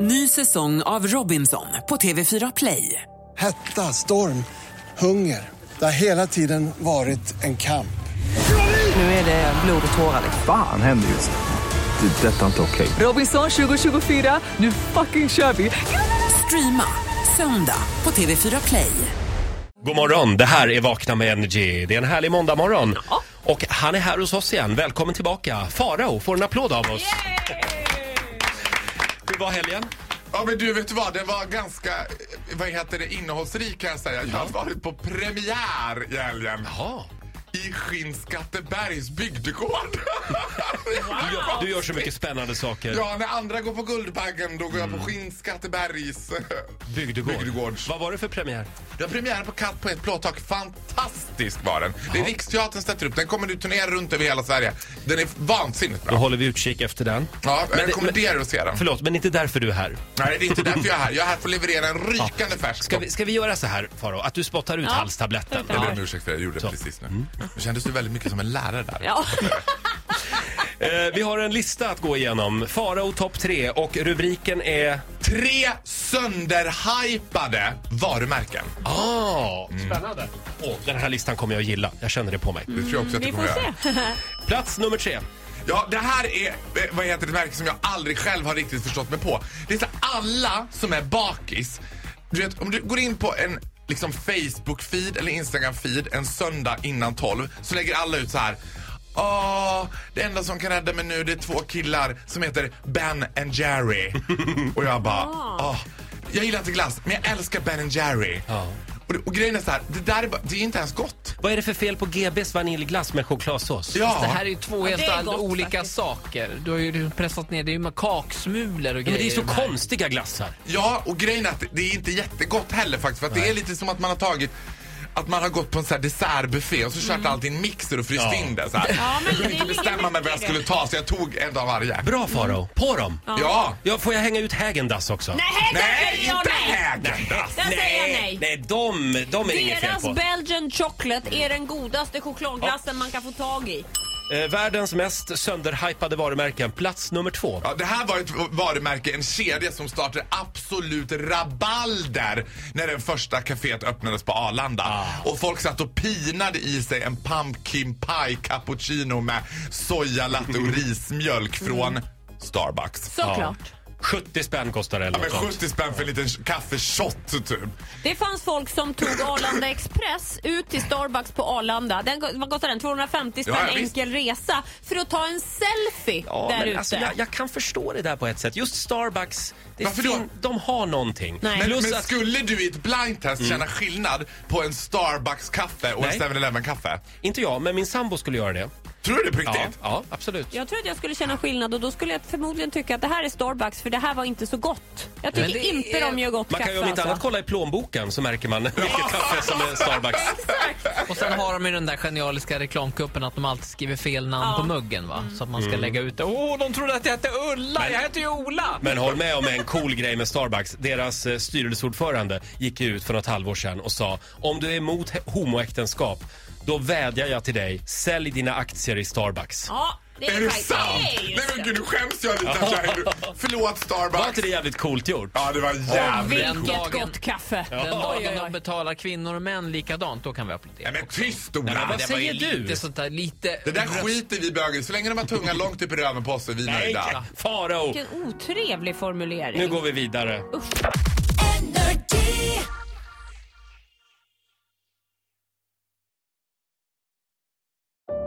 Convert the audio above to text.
Ny säsong av Robinson på TV4 Play. Hetta, storm, hunger. Det har hela tiden varit en kamp. Nu är det blod och tårar. Fan händer just nu. Det. är Detta är inte okej. Robinson 2024, nu fucking kör vi! Streama söndag på TV4 Play. God morgon, det här är Vakna med Energy. Det är en härlig måndagmorgon. Och han är här hos oss igen. Välkommen tillbaka. Farao får en applåd av oss. Hur var helgen? Ja men du vet du vad, det var ganska, eh, vad heter det, innehållsrik kan jag säga. Jag har varit på premiär i helgen. Jaha. I Skinnskattebergs bygdegård. Du gör, du gör så mycket spännande saker. ja, när andra går på Guldbaggen då går jag på Skinnskattebergs Mm. eh, Bygdegård. bygdegård. Vad var det för premiär? Du har premiär på Katt på ett plåttak. Fantastisk var den. Det är Riksteatern sätter upp den. kommer nu turnera runt över hela Sverige. Den är vansinnigt Då bra. håller vi utkik efter den. Ja, Men jag det- rekommenderar att se den. Förlåt, men inte därför du är här. Nej, det är inte därför jag är här. Jag är här för att leverera en rykande färsk Ska vi, ska vi göra så här, Farao? Att du spottar ut halstabletten. Jag ber om ursäkt för det, jag gjorde det precis nu. Det kändes ju väldigt mycket som en lärare där. Eh, vi har en lista att gå igenom. Farao topp tre och rubriken är... Tre sönderhypade varumärken. Ah, spännande. Åh, den här listan kommer jag gilla. Jag känner det på mig. Det tror jag också att du Vi kommer får göra. se. Plats nummer tre. Ja, det här är eh, vad heter det, ett märke som jag aldrig själv har riktigt förstått mig på. Det är så här, alla som är bakis. Du vet, om du går in på en liksom Facebook-feed eller Instagram-feed en söndag innan 12 så lägger alla ut så här. Åh, det enda som kan rädda mig nu det är två killar som heter Ben and Jerry. Och jag bara, Ah. åh. Jag gillar inte glass, men jag älskar Ben and Jerry. Ja. Och, det, och grejen är så här, det där är, bara- det är inte ens gott. Vad är det för fel på GBs vaniljglass med chokladsås? Ja. Det här är ju två helt det är all- gott olika faktiskt. saker. Du har ju pressat ner, det är ju makaksmulor och Ja, grejer. men det är så i de här. konstiga glassar. Ja, och grejen är att det är inte jättegott heller faktiskt. För att det är lite som att man har tagit att man har gått på en sån här dessertbuffé och så kört allt i en mixer och fryst Ja. in det så här. Mm. jag men det kunde inte ligger bestämma mycket mig vad jag i det. skulle ta så jag tog en av varje. Bra Faro, på dem! Ja! Ja, får jag hänga ut Hägendass också? Nej, Nej, där inte nej! Hägendas! Där säger jag nej. Nej, de, de är inget fel Deras på. Belgian chocolate är den godaste chokladglassen man kan få tag i. Eh, världens mest sönderhypade varumärken, plats nummer två. Ja, det här var ett varumärke, en kedja som startade absolut rabalder när det första kaféet öppnades på Arlanda. Ah. Och folk satt och pinade i sig en pumpkin pie cappuccino med sojalatte och rismjölk Mm. från Starbucks. Såklart. 70 spänn kostar det eller Ja, men något sånt. 70 spänn för en liten kaffeshot typ. Det fanns folk som tog Arlanda Express ut till Starbucks på Arlanda. Den, vad kostar den? 250 spänn Ja, ja, visst. enkel resa för att ta en selfie Ja, där men ute. alltså, jag, jag kan förstå det där på ett sätt. Just Starbucks, det Varför då? de har någonting. Nej. Men, Plus men att, Mm. skulle du i ett blindtest känna skillnad på en Starbucks-kaffe och Nej. en 7-Eleven-kaffe? inte jag, men min sambo skulle göra det. Tror du det på Ja, riktigt? ja absolut. Jag tror att jag skulle känna skillnad och då skulle jag förmodligen tycka att det här är Starbucks för det här var inte så gott. Jag tycker Men det inte är- de gör gott Man kan kaffe. ju om inte alltså. annat kolla i plånboken så märker man vilket kaffe som är Starbucks. Och sen har de ju den där genialiska reklamkuppen att de alltid skriver fel namn på muggen va? Så att man ska lägga ut det. Åh, de trodde att jag hette Ulla! Mm. Men- jag heter ju Ola! Men håll med om en cool grej med Starbucks. Deras eh, styrelseordförande gick ju ut för något halvår sedan och sa om du är emot he- homoäktenskap då vädjar jag till dig, sälj dina aktier i Starbucks. Ja, det är, Är det faktiskt- sant? är ju Nej men gud, nu skäms jag lite. att jag är- Förlåt Var inte Starbucks. det jävligt coolt gjort? Ja, det var jävligt. Den Vilket dagen- gott kaffe! Den Oj, dagen oj, de oj. betalar kvinnor och män likadant, då kan vi applådera. Nej men tyst Nej, Ola! men vad var ju säger du? Lite sånt där, lite... Det där skiter vi böger i. Så länge de har tungan långt upp i röven på oss är vi Nej, nöjda. Farao! Vilken otrevlig formulering. Nu går vi vidare.